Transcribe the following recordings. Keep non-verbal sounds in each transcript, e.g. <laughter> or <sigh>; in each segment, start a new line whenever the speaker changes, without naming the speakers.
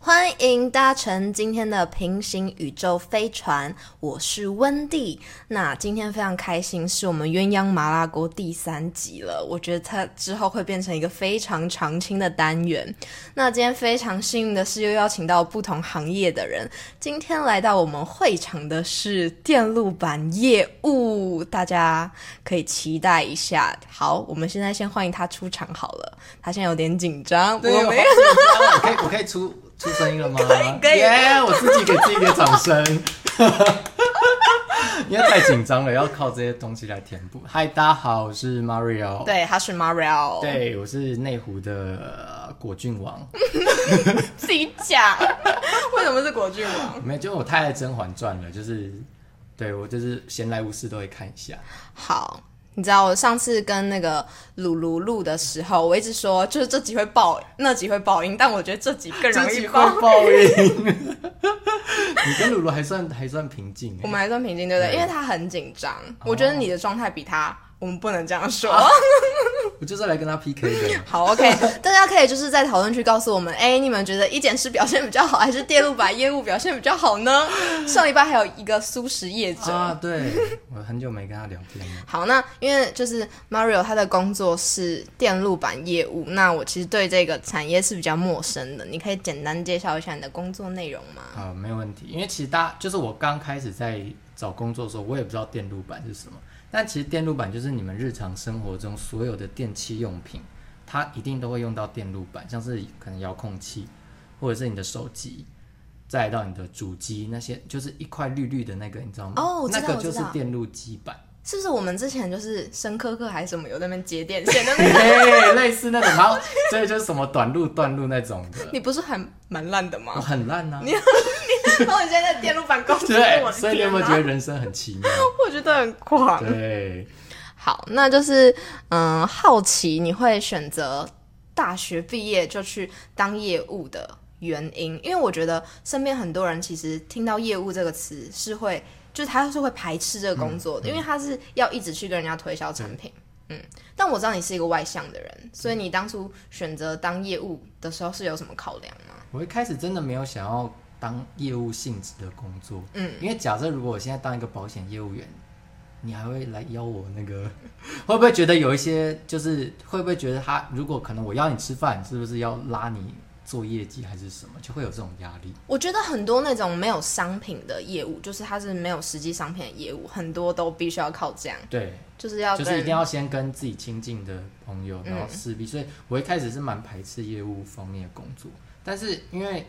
欢迎搭乘今天的平行宇宙飞船，我是温蒂。那今天非常开心，是我们鸳鸯麻辣锅第三集了。我觉得它之后会变成一个非常常青的单元。那今天非常幸运的是，又邀请到不同行业的人。今天来到我们会场的是电路板业务，大家可以期待一下。好，我们现在先欢迎他出场好了。他现在有点紧张，我没有。
我可以我可以出出声音了吗？可
以可以
耶我自己给自己一个掌声。 <laughs> 因为太紧张了，要靠这些东西来填补。嗨，大家好，我是 Mario。
对，他是 <laughs> Mario，，
对，我是内湖的呃果郡王。
自己讲， <laughs> 为什么是国剧王？
没有，就我太爱《甄嬛传》了，就是对我就是闲来无事都会看一下。
好，你知道我上次跟那个鲁鲁录的时候，我一直说就是这集会爆，那集会爆音，但我觉得这集更容易爆。
报应。 <laughs> 你跟露露还算还算平静
我
欸，
们还算平静，对不对？
对
因为他很紧张，我觉得你的状态比他，我们不能这样说。
我就是来跟他 PK 的。
好，OK，大家可以就是在讨论区告诉我们，哎，你们觉得一检师表现比较好，还是电路板业务表现比较好呢？上礼拜还有一个素食业者，
啊，对，我很久没跟他聊天了。
好，那因为就是 Mario 他的工作是电路板业务，那我其实对这个产业是比较陌生的，你可以简单介绍一下你的工作内容吗？
啊、没有问题。因为其实大家就是我刚开始在找工作的时候，我也不知道电路板是什么。但其实电路板就是你们日常生活中所有的电器用品，它一定都会用到电路板，像是可能遥控器，或者是你的手机，再来到你的主机那些，就是一块绿绿的那个，你知道吗？
哦我知道
那个
我知
就是
道
电路基板， <laughs>
是不是我们之前就是深科课还是什么有在那边 <laughs> 接电线的那个？
对，类似那种。然后这个就是什么短路、断路那种
<laughs>
的，
你不是还蛮烂的 <laughs>
我
吗？
很烂啊。
然后你现在在电路板工作，我
对，
的
所以你有没有
天
觉得
哪
人生很奇妙？
我觉得很狂。
对。
好，那就是嗯、好奇你会选择大学毕业就去当业务的原因，因为我觉得身边很多人其实听到业务这个词是会，就是他是会排斥这个工作
嗯
的，因为他是要一直去跟人家推销产品。嗯，但我知道你是一个外向的人，所以你当初选择当业务的时候是有什么考量吗？
我一开始真的没有想要当业务性质的工作，
嗯，
因为假设如果我现在当一个保险业务员，你还会来邀我那个， <laughs> 会不会觉得有一些就是会不会觉得他如果可能我邀你吃饭，是不是要拉你做业绩还是什么，就会有这种压力。
我觉得很多那种没有商品的业务，就是它是没有实际商品的业务，很多都必须要靠这样，
对，
就是嗯要
就
跟嗯
是一定要先跟自己亲近的朋友，然后势必，所以我一开始是蛮排斥业务方面的工作，但是因为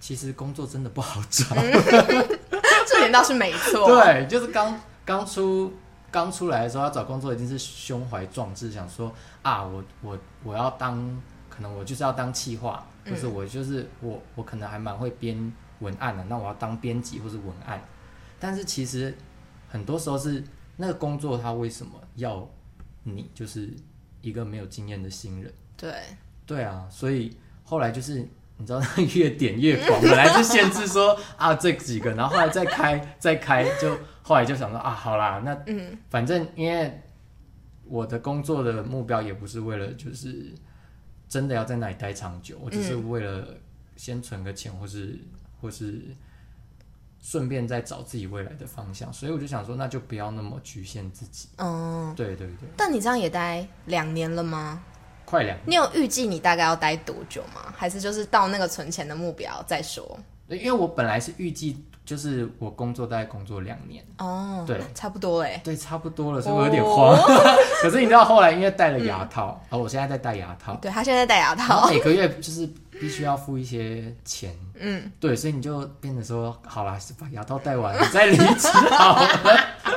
其实工作真的不好找。
嗯这点倒是没错。
对，就是刚刚出刚出来的时候要找工作，一定是胸怀壮志，想说啊，我我我要当，可能我就是要当企划，
嗯
或是我就是我我可能还蛮会编文案的，那我要当编辑或是文案。但是其实很多时候是那个工作，它为什么要你就是一个没有经验的新人？
对，
对啊，所以后来就是你知道，越点越广，本来是限制说啊这几个，然后后来再开再开，就后来就想说啊，好啦，那
嗯
反正因为我的工作的目标也不是为了就是真的要在那里待长久，我只是为了先存个钱，或是或是顺便再找自己未来的方向，所以我就想说，那就不要那么局限自己。
嗯，
对对对，
但你这样也待两年了吗？
快两
你有预计你大概要待多久吗？还是就是到那个存钱的目标再说？
对，因为我本来是预计就是我工作大概工作两年，
哦，
对，
差不多嘞。
对，差不多了，是不是有点
哦
慌？ <laughs> 可是你知道后来因为戴
嗯
了牙套，然后、我现在在戴牙套，
对他现在戴牙
然后
套，
每个月就是必须要付一些钱，
嗯，
对，所以你就变得说，好啦，把牙套戴完再离职好了， <laughs>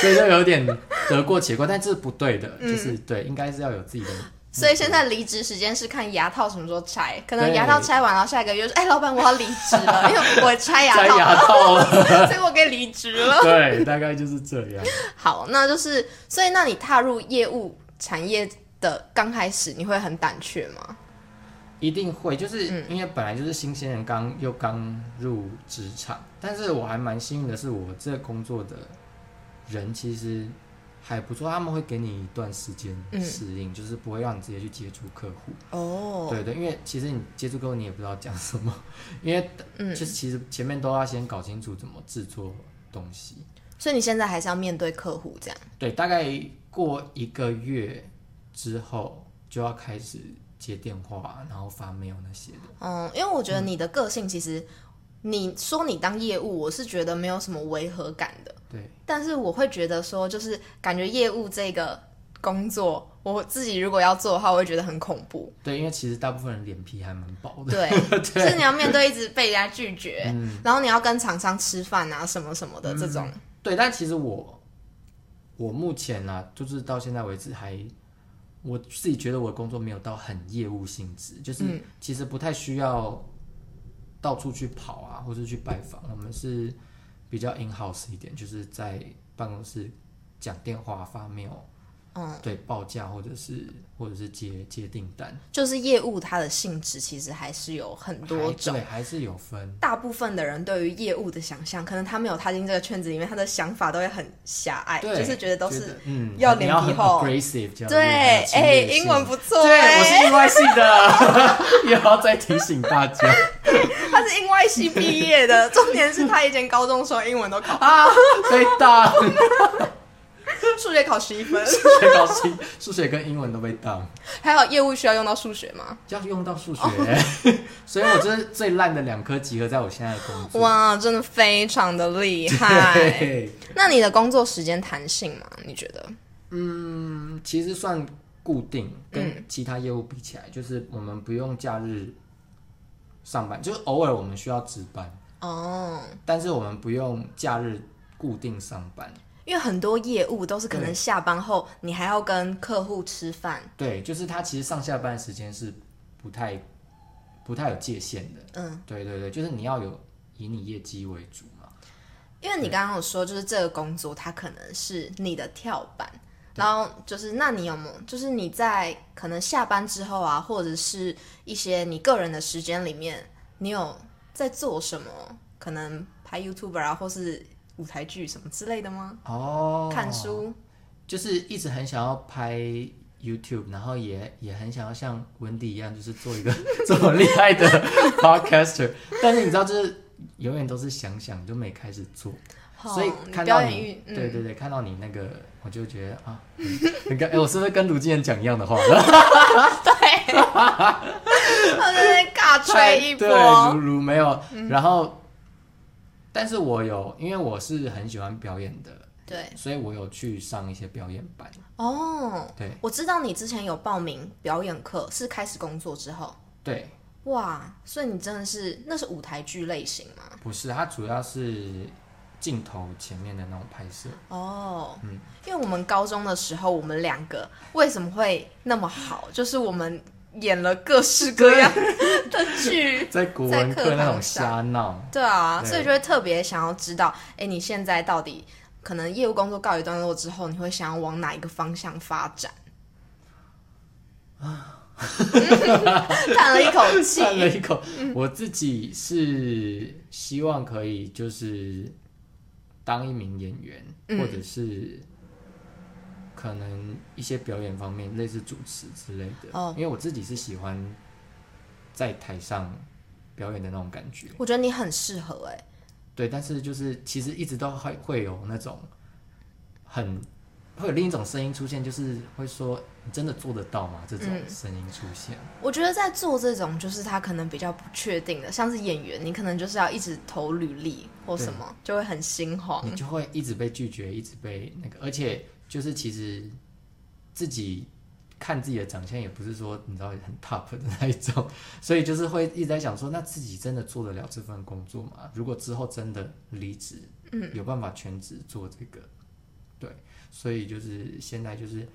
所以就有点得过且过，但这是不对的，
嗯
就是对，应该是要有自己的。
所以现在离职时间是看牙套什么时候拆，可能
对
牙套拆完，然后下一个月说，哎，老板我要离职了，因为我拆牙
摘
套，
牙套
<laughs>
了，
所以我可以离职了。
对，大概就是这样。
好，那就是，所以那你踏入业务产业的刚开始，你会很胆怯吗？
一定会，就是
嗯
因为本来就是新鲜人刚又刚入职场，但是我还蛮幸运的是，我这个工作的人其实还不错，他们会给你一段时间
嗯
适应，就是不会让你直接去接触客户。
哦，
对对，因为其实你接触客户，你也不知道讲什么， <laughs> 因为
嗯
就是其实前面都要先搞清楚怎么制作东西。
所以你现在还是要面对客户这样。
对，大概过一个月之后就要开始接电话，然后发 mail 那些的。
嗯，因为我觉得你的个性其实，你说你当业务，我是觉得没有什么违和感的。
对，
但是我会觉得说，就是感觉业务这个工作，我自己如果要做的话，我会觉得很恐
<laughs>
怖。
对，因为其实大部分人脸皮还蛮薄的。
对，就是你要面对一直被人家拒绝，然后你要跟厂商吃饭啊，什么什么的这种。
对，但其实我我目前啊，就是到现在为止还。我自己觉得我的工作没有到很业务性质，就是
嗯
其实不太需要到处去跑啊，或是去拜访。我们是比较 in house 一点，就是在办公室讲电话、发 mail，
嗯，
对报价或者是或者是接接订单，
就是业务它的性质其实还是有很多
还
种。
对还是有分。
大部分的人对于业务的想象，可能他没有踏进这个圈子里面，他的想法都会很狭隘，
对，
就是觉得都
觉
是
嗯，
要
你
脸
要
皮
很
厚
aggressive 这样子，
对，
很有侵
哎、
略性
英文不错、
对，
哎
我是英外系的， <laughs> 也要再提醒大家
<laughs> <laughs> 他是英外系毕业的， <laughs> 重点是他以前高中的时候英文都考，
啊，被当，
数学考十一分。 <laughs>
数学考试，数学跟英文都被当，
还好业务需要用到数学吗？
要用到数学，
哦
<laughs> 所以我这是最烂的两科集合在我现在的工作。
哇，真的非常的厉害。
对，
那你的工作时间弹性吗？你觉得？
嗯，其实算固定，
嗯
跟其他业务比起来，就是我们不用假日上班，就是偶尔我们需要值班，
哦，
但是我们不用假日固定上班。
因为很多业务都是可能
对
下班后你还要跟客户吃饭，
对，就是他其实上下班时间是不太不太有界限的。
嗯，
对对对，就是你要有以你业绩为主嘛。
因为你刚刚有说，就是这个工作它可能是你的跳板，然后就是那你有没有，就是你在可能下班之后啊，或者是一些你个人的时间里面，你有在做什么？可能拍 YouTuber 啊，或是舞台剧什么之类的吗？
哦，
看书，
就是一直很想要拍 YouTube，然后也也很想要像温迪一样，就是
<laughs>
做一个这么厉害的 podcaster。但 <laughs> 是你知道，就是永远都是想想就没开始做，
哦
所以
你
看
表
到
演
你
欲，，嗯、 <laughs>
对对对，看到你那个，我就觉得啊，你 <laughs> 看，哎，我是不是跟卢建人讲一样的话？ <laughs>
对，他在那尬吹一
对，
波，嗯
如如没有，然后，但是我有，因为我是很喜欢表演的，
对，
所以我有去上一些表演班。
哦，
对
我知道你之前有报名表演课，是开始工作之后。
对，
哇，所以你真的是那是舞台剧类型吗？
不是，它主要是镜头前面的那种拍摄。
哦，嗯，因为我们高中的时候，我们两个为什么会那么好，就是我们演了各式各样的剧。 <laughs>
在国文
在
课
课
那
堂
种瞎闹，
对啊，
对
所以就会特别想要知道，哎，你现在到底可能业务工作告一段落之后，你会想要往哪一个方向发展？ <laughs> 叹了一口气，
啊 <laughs> 叹了一口。
嗯
我自己是希望可以就是当一名演员，
嗯
或者是可能一些表演方面，类似主持之类的。
哦
因为我自己是喜欢在台上表演的那种感觉。
我觉得你很适合哎、
对，但是就是其实一直都会会有那种很会有另一种声音出现，就是会说你真的做得到吗？这种
嗯
声音出现。
我觉得在做这种，就是他可能比较不确定的，像是演员，你可能就是要一直投履历或什么，就会很心慌。
你就会一直被拒绝，一直被那个，而且就是其实自己看自己的长相也不是说你知道很 top 的那一种，所以就是会一直在想说，那自己真的做得了这份工作吗？如果之后真的离职，嗯，有办法全职做这个，对，所以就是现在就是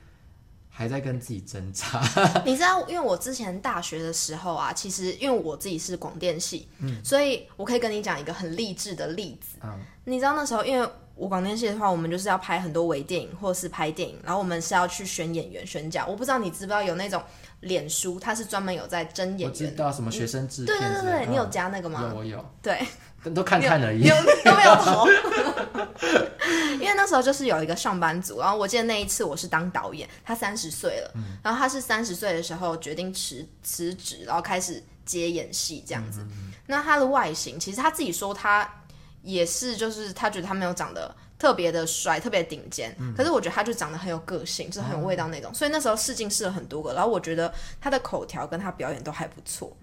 还在跟自己挣扎，
<laughs> 你知道，因为我之前大学的时候啊，其实因为我自己是广电系，所以我可以跟你讲一个很励志的例子。
嗯，
你知道那时候，因为我广电系的话，我们就是要拍很多微电影或是拍电影，然后我们是要去选演员、选角。我不知道你知不知道有那种脸书，它是专门有在争
我
演
知
员。
道什么学生制
对
片
对
之类的，
对对，你有加那个
嗯
吗？
有我有，
对，
但都看看而已
有。都没有投。因
<laughs>
为那时候就是有一个上班族，然后我记得那一次我是当导演，他三十岁了，
嗯
然后他是三十岁的时候决定辞辞职，然后开始接演戏这样子。
嗯
那他的外形，其实他自己说他也是，就是他觉得他没有长得。特别的帅，特别顶尖，
嗯
可是我觉得他就长得很有个性，就是很有味道那种。所以那时候试镜试了很多个，然后我觉得他的口条跟他表演都还不错。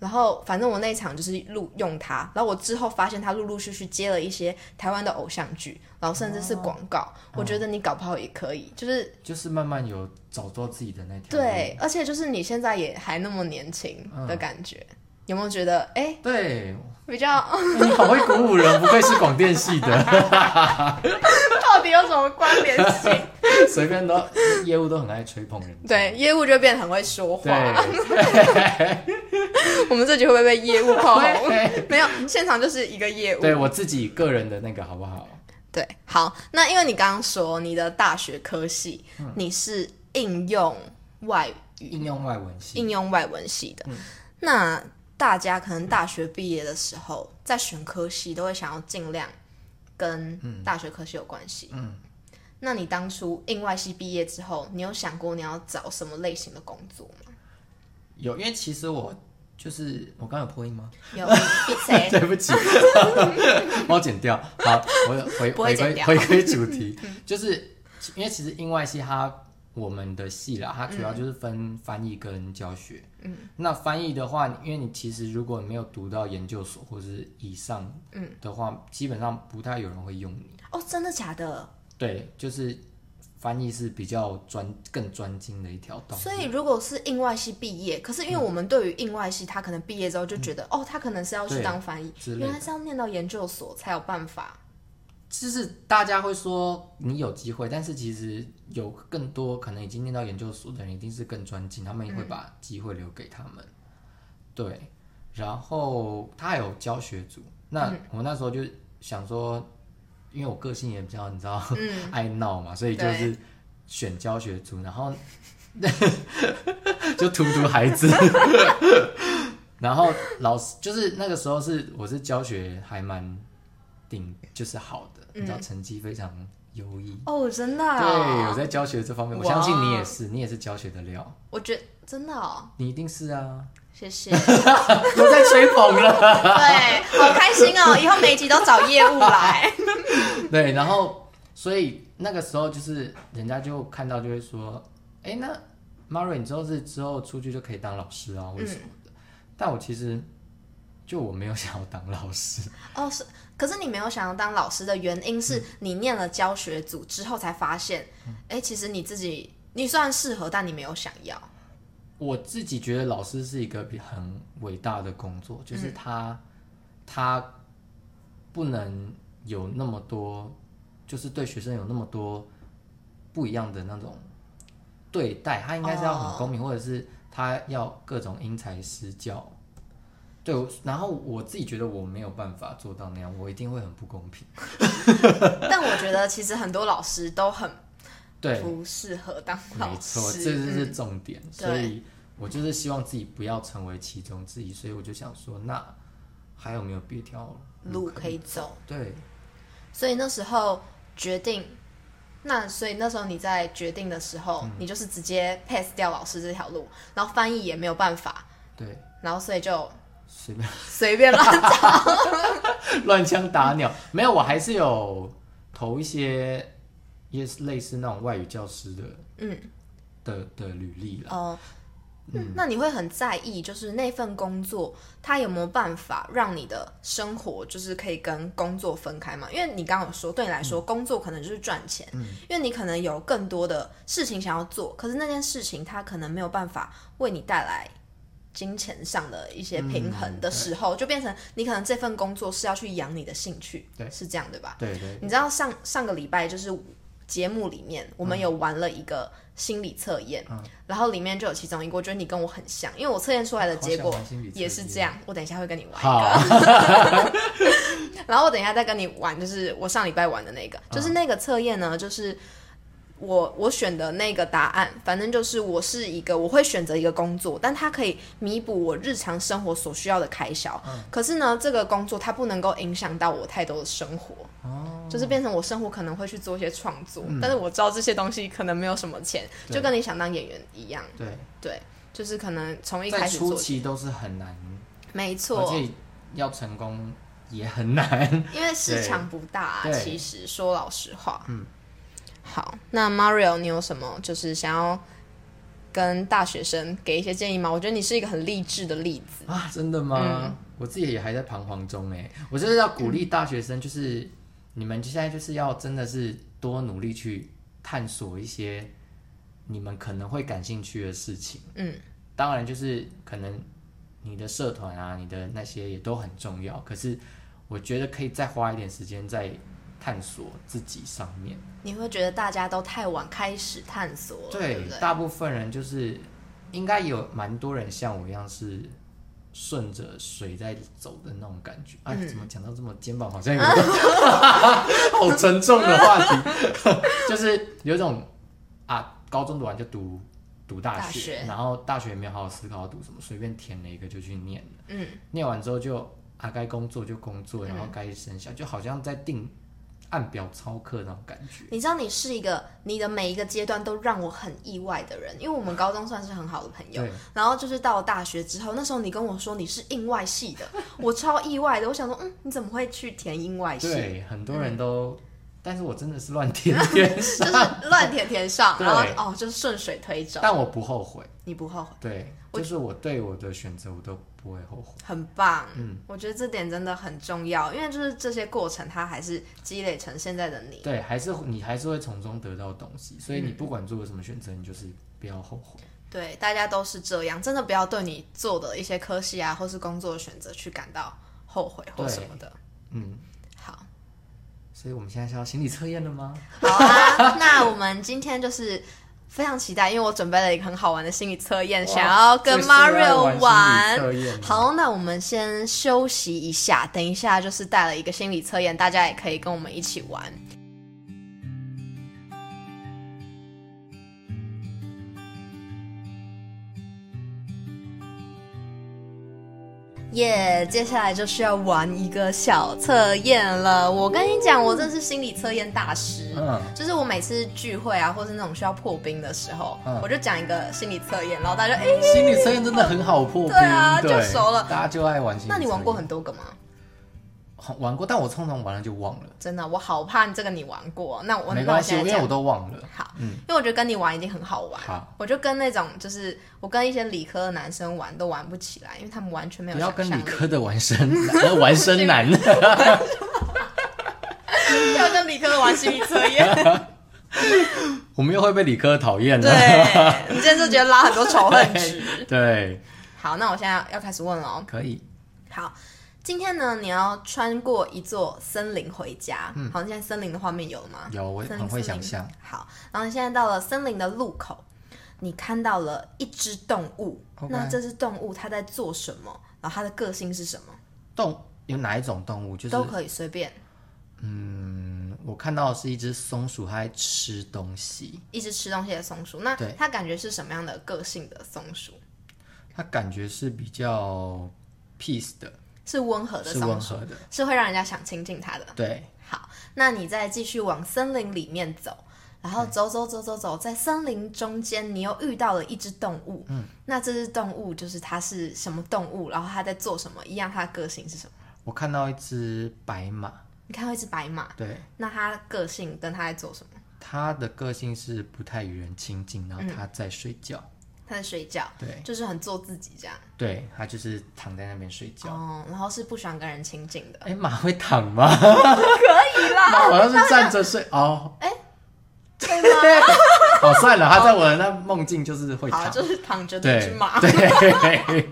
然后反正我那一场就是录用他，然后我之后发现他陆陆续续接了一些台湾的偶像剧，然后甚至是广告。
嗯
我觉得你搞不好也可以，就是
就是慢慢有找到自己的那条路。
对，而且就是你现在也还那么年轻的感觉，有没有觉得哎、
对，
比
<laughs>
较
你好会鼓舞人，不愧是广电系 <laughs> 的，
到底有什么关联性？
<laughs> 随便都业务都很爱吹捧人。
对，业务就变得很会说话。
对，
我们这局会不会被业务炮轰？
<laughs> 对，
没有，现场就是一个业务。
对我自己个人的那个好不好？
对，好，那因为你刚刚说你的大学科系、
嗯
你是应用外语
应用外文系，
应用外文系的。
嗯
那大家可能大学毕业的时候，在选科系都会想要尽量跟
嗯
大学科系有关系。嗯，那你当初应外系毕业之后，你有想过你要找什么类型的工作吗？
有，因为其实我就是我刚刚有破音吗？ <laughs>
有闭嘴，
对
<laughs>
不起，帮我剪掉。好，我回
不会
回
剪
归
掉嗯
回归
<laughs>
主题，就是因为其实英外系它我们的系啦，它主要
嗯
就是分翻译跟教学。嗯，那翻译的话，因为你其实如果你没有读到研究所或是以上，嗯的话，基本上不太有人会用你。
哦，真的假的？
对，就是翻译是比较专更专精的一条道路。
所以如果是应外系毕业，可是因为我们对于应外系，他可能毕业之后就觉得，哦，他可能是要去
嗯对
当翻译，
之类的
原来是要念到研究所才有办法。
就是大家会说你有机会，但是其实有更多可能已经念到研究所的人，一定是更专精，他们会把机会留给他们。对，然后他还有教学组，那我那时候就想说，因为我个性也比较你知道、 <laughs> 爱闹嘛，所以就是选教学组，然后 <laughs> 就荼毒孩子。然后老师就是那个时候是我是教学还蛮顶，就是好的，你知道成绩非常优异。
哦，真的、
对，我，在教学这方面，我
哇
相信你也是，你也是教学的料，
我觉得真的哦。
你一定是啊。
谢
<laughs>
谢，
又在吹捧了。
对，好开心哦！以后每集都找业务来。
对，然后所以那个时候就是人家就看到就会说，哎、那 Mario 你之后是之后出去就可以当老师啊，为什么的？但我其实就我没有想要当老师，
<laughs> 哦，是，可是你没有想要当老师的原因是你念了教学组之后才发现，哎，其实你自己你虽然适合，但你没有想 <laughs> 要。
我自己觉得老师是一个比很伟大的工作，就是他、他不能有那么多，就是对学生有那么多不一样的那种对待，他应该是要很公平，或者是他要各种因材施教。对，我然后我自己觉得我没有办法做到那样，我一定会很不公平。
但我觉得其实很多老师都很
对，
不适合当老师。
没错，这就是重点。
嗯对
所以我就是希望自己不要成为其中之一，所以我就想说，那还有没有别条
路
可
可以走。
对，
所以那时候决定，那所以那时候你在决定的时候，你就是直接 pass 掉老师这条路，然后翻译也没有办法，
对，
然后所以就
随便 <laughs>
随便乱找。
乱枪打鸟。没有，我还是有投一些，也是类似那种外语教师的，
嗯，
的的履历啦。嗯
哦、那你会很在意，就是那份工作它有没有办法让你的生活就是可以跟工作分开嘛？因为你刚刚有说，对你来说，
嗯
工作可能就是赚钱，因为你可能有更多的事情想要做，可是那件事情它可能没有办法为你带来。金钱上的一些平衡
嗯
的时候，就变成你可能这份工作是要去养你的兴趣，
对
是这样对吧？
对对，
你知道上上个礼拜就是节目里面，我们有玩了一个心理测验，然后里面就有其中一个，我觉得你跟我很像，因为我测验出来的结果
好想玩心理测验
，Oh 也是这样。我等一下会跟你玩一
好
个，然后我等一下再跟你玩，就是我上礼拜玩的那个，
嗯
就是那个测验呢，就是我我选的那个答案，反正就是我是一个我会选择一个工作，但它可以弥补我日常生活所需要的开销。
嗯
可是呢，这个工作它不能够影响到我太多的生活，
哦
就是变成我生活可能会去做一些创作，但是我知道这些东西可能没有什么钱，
嗯对
就跟你想当演员一样，
对，
对，就是可能从一
在
开始
初
做，
期都是很难，
没
而
错，
且要成功也很难。
因为市场不大、啊，
对对
其实说老实话，嗯，好，那 Mario，你有什么就是想要跟大学生给一些建议吗？我觉得你是一个很励志的例子，嗯
啊，真的吗？我自己也还在彷徨中哎，我就是要鼓励大学生，就是、你们现在就是要真的是多努力去探索一些你们可能会感兴趣的事情。
嗯，
当然就是可能你的社团啊，你的那些也都很重要，可是我觉得可以再花一点时间在探索自己上面。
你会觉得大家都太晚开始探索了，对不对？
大部分人就是应该有蛮多人像我一样是顺着水在走的那种感觉。哎，
嗯
怎么讲到这么肩膀好像有点 <laughs> 好沉重的话题， <laughs> 就是有一种啊，高中读完就读读大
大学
然后大学也没有好好思考要读什么，随便填了一个就去念了。
嗯，
念完之后就啊该工作就工作，然后该生小，就好像在定按表操课那种感觉。
你知道你是一个你的每一个阶段都让我很意外的人，因为我们高中算是很好的朋友
对，
然后就是到了大学之后，那时候你跟我说你是应外系的，我超意外的，我想说，嗯，你怎么会去填应外系？
对，很多人都，但是我真的是乱填填
就
上，
是乱填填上，
对
然后哦，就是顺水推舟，
但我不后悔。
你不后悔，
对，
我
就是我对我的选择，我都不会后悔。
很棒。
嗯，
我觉得这点真的很重要，因为就是这些过程，它还是积累成现在的你。
对，还是你还是会从中得到东西，所以你不管做了什么选择，你就是不要后悔。
对，大家都是这样，真的不要对你做的一些科系啊，或是工作的选择去感到后悔或
对
什么的。
嗯，
好，
所以我们现在是要心理测验了吗？
好啊，那我们今天就是。非常期待，因为我准备了一个很好玩的心理测验，
哇
想要跟
最适合
Mario
玩
玩
心理测验。了
好，那我们先休息一下，等一下就是带了一个心理测验，大家也可以跟我们一起玩。耶接下来就是要玩一个小测验了。我跟你讲，我真的是心理测验大师。
嗯，
就是我每次聚会啊，或是那种需要破冰的时候，
嗯
我就讲一个心理测验，然后大家就哎、
心理测验真的很好破冰，
对啊
对
就熟了
大家就爱玩心理测
那
验。
你玩过很多个吗？
很玩过，但我通常玩了就忘了，
真的，我好怕这个你玩过。那我那
没
我
关系，
现
因
在
为
讲
我都忘了。
好，
嗯
因为我觉得跟你玩已经很好玩。
好
我就跟那种就是我跟一些理科的男生玩都玩不起来，因为他们完全没有
不要
想
跟
象
理
力。
科的玩生 <laughs> 呃玩生
<laughs>
男。
不要跟理科的玩心理测
<laughs>
验。
我们又会被理科讨厌了。
对，你今天就觉得拉很多仇恨
<laughs>
值。
对，
好，那我现在要开始问了哦。
可以。
好，今天呢，你要穿过一座森林回家。好，你现在森林的画面有了吗？
嗯有我
森林
很会
森林
想象
好，然后你现在到了森林的路口，你看到了一只动物。
OK
那这只动物它在做什么？然后它的个性是什么？
动有哪一种动物？就是
都可以随便。
嗯我看到的是一只松鼠，它在吃东西，
一直吃东西的松鼠，那
对
它感觉是什么样的个性的松鼠？
它感觉是比较 peace 的，
是温和的
是
松
温
鼠，
和的。
是会让人家想亲近它的。
对，
好，那你再继续往森林里面走，然后走走走走走，在森林中间，你又遇到了一只动物。嗯，那这只动物就是它是什么动物，然后它在做什么，一样它的个性是什么？
我看到一只白马，
你看到一只白马，
对，
那它个性跟它在做什么？
它的个性是不太与人亲近，然后它在睡觉。
它在睡觉，
对，
就是很做自己这样。
对，它就是躺在那边睡觉。
哦，然后是不喜欢跟人亲近的。
哎、马会躺吗？ <laughs>
可以 <laughs> 啦，
马好像是站着睡哦。
<laughs> 对哎吗？
<laughs> 哦，算了，它在我的那梦境就是会
好，
躺。
就是躺着的一
对
只马， <laughs>
对，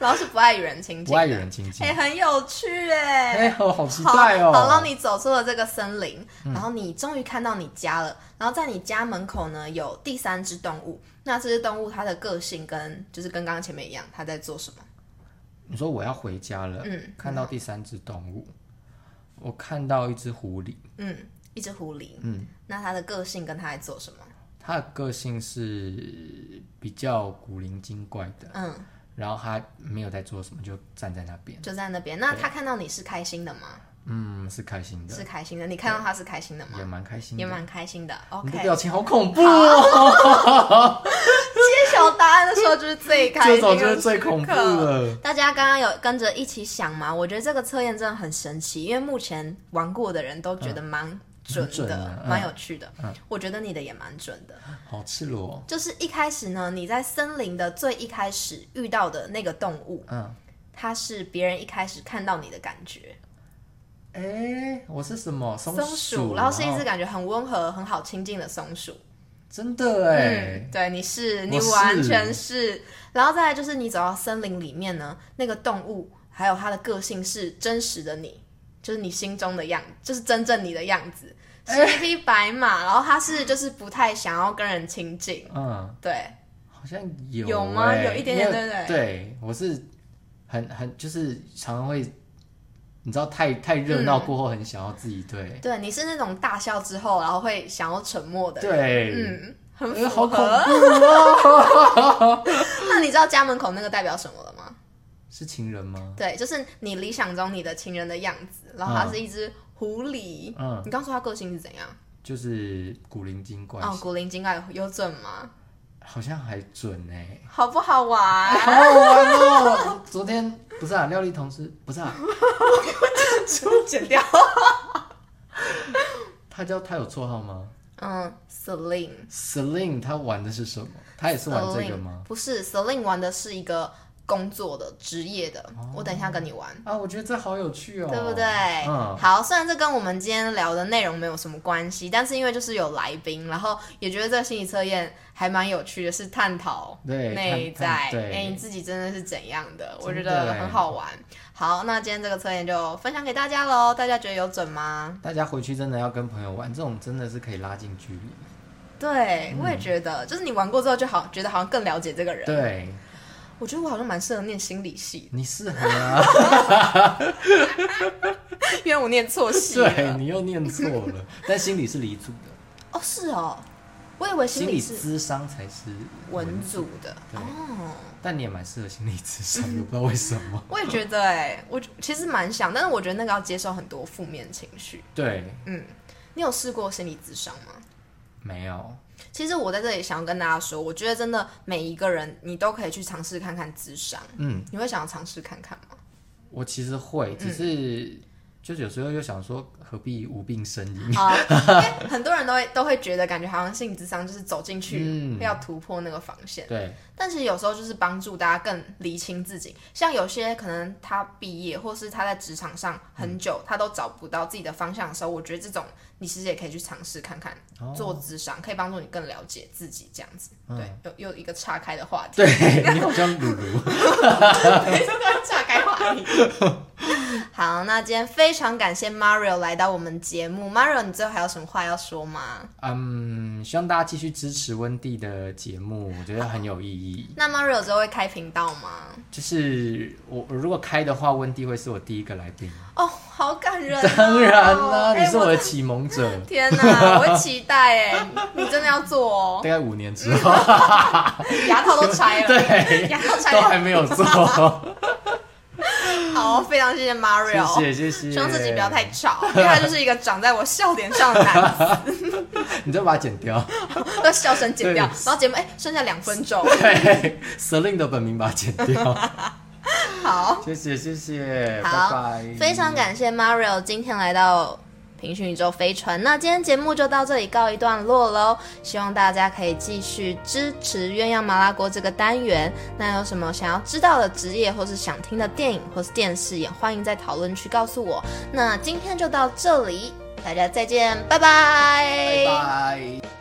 然后是不爱与人亲近的，
不爱与人亲近
哎、。很有趣哎、
哎、我好嗯期
好，
待哦！
好，让你走出了这个森林，然后你终于看到你家了。然后在你家门口呢，有第三只动物。那这只动物它的个性跟就是跟刚刚前面一样，它在做什么？
你说我要回家了，
嗯
看到第三只动物，我看到一只狐狸，
嗯，一只狐狸，
嗯，
那它的个性跟它在做什么？
它的个性是比较古灵精怪的，
嗯，
然后它没有在做什么，就站在那边，
就在那边。那它看到你是开心的吗？
嗯，是开心的，
是开心的，你看到它是开心的吗
也？蛮开心
也
的。
蛮开心的。
你的
OK，
表情好恐怖哦，
揭晓答案的时候就是最开
<laughs> 这
心的
种
时刻，
就是最恐怖了。
大家刚刚有跟着一起想吗？我觉得这个测验真的很神奇，因为目前玩过的人都觉得蛮准
很准
的
啊，嗯
蛮、有趣的。我觉得你的也蛮准的，
好赤裸哦，
就是一开始呢，你在森林的最一开始遇到的那个动物，
嗯，
它是别人一开始看到你的感觉，
哎、我是什么松哦
鼠，然后是一只感觉很温和、很好亲近的松鼠。
真的哎、
嗯，对，你是你
我是
完全是，然后再来就是你走到森林里面呢，那个动物还有它的个性是真实的你，就是你心中的样，就是真正你的样
<laughs>
子，是一匹白马，然后它是就是不太想要跟人亲近，
嗯，
对，
好像有、欸、
有吗有一点点
因为
对不对
我是很很就是常常会，你知道太太热闹过后，很想要自己
嗯
对、
对，你是那种大笑之后，然后会想要沉默的人，
对，
嗯，很符
呃好恐
合。
怖哦，
<laughs> 那你知道家门口那个代表什么了吗？
是情人吗？
对，就是你理想中你的情人的样子，然后它是一只狐狸。
嗯，
你刚说它个性是怎样？
就是古灵精怪，
哦，古灵精怪有准吗？
好像还准哎、
好不好 <laughs> 玩？
好好玩哦！ <laughs> 昨天不是啊，廖丽同事不是啊，
剪掉。
他叫他有绰号吗
<laughs> 嗯，Celine
？Celine，他玩的是什么？他也是玩这个吗？
不是，Celine 玩的是一个工作的职业的。
哦
我等一下跟你玩。
啊，我觉得这好有趣哦，
对不对？
嗯，
好，虽然这跟我们今天聊的内容没有什么关系，但是因为就是有来宾，然后也觉得这个心理测验还蛮有趣的，是探讨
对
内在，
探探对
哎，你自己真的是怎样的？我觉
真的
得
哎
很好玩。好，那今天这个测验就分享给大家喽，大家觉得有准吗？
大家回去真的要跟朋友玩，这种真的是可以拉近距离。
对，我也觉得，就是你玩过之后，就好觉得好像更了解这个人。
对，
我觉得我好像蛮适合念心理系，
你适合
<laughs>
啊，
因为我念错系 <laughs>
对
了。
你又念错了，但心理是理组
<laughs>
的，
哦，是哦，我以为心
理
理是
智商才是
文，组的。
对
哦，
但你也蛮适合心理智商，我不知道为什
<laughs>
么。
我也觉得哎、我其实蛮想，但是我觉得那个要接受很多负面情绪。
对，
嗯，你有试过心理咨商吗？
没有，
其实我在这里想要跟大家说，我觉得真的每一个人你都可以去尝试看看咨商。
嗯，
你会想要尝试看看
<laughs>
吗？
我其实会，只是、
嗯
就是有时候又想说，何必无病呻吟？
啊，因为很多人都会都会觉得，感觉好像性智商就是走进去、
嗯
要突破那个防线， <laughs>
对，
但是有时候就是帮助大家更厘清自己。像有些可能他毕业，或是他在职场上很久，他都找不到自己的方向的时候，我觉得这种你其实也可以去尝试看看，
哦
做智商可以帮助你更了解自己这样子。
嗯
对，又又一个岔开的话
<laughs>
题，
对你好像鲁鲁， <laughs>
岔开话题。好，那今天非常感谢 Mario 来到我们节目。Mario，你最后还有什么话要说吗？
嗯，希望大家继续支持温蒂的节目，我觉得很有意义。
那 Mario 之后会开频道吗？
就是我我如果开的话，温蒂会是我第一个来宾。
哦，好感人、哦！
当然啦，
哎
你是我
我
的启蒙者。
天哪，我会期待哎，你真的要做
大
哦，
概五年之后
牙套都拆了，
<laughs> 对
<laughs> 牙套拆
都
了，
还没有
<laughs>
做，
好，非常谢谢 Mario，
谢谢谢谢。
希望自己不要太吵，因为他就是一个长在我笑点上的男子，
你再把它剪
<laughs>
掉。
要笑声剪掉，
对
然后节目哎剩下两分钟，
对，Selin 的本名把它剪掉。
<laughs> 好，
谢谢谢谢，拜
好
拜。
非常感谢 Mario 今天来到。平行宇宙飞船，那今天节目就到这里告一段落喽。希望大家可以继续支持鸳鸯麻辣锅这个单元。那有什么想要知道的职业，或是想听的电影，或是电视，也欢迎在讨论区告诉我。那今天就到这里，大家再见，拜拜
拜拜。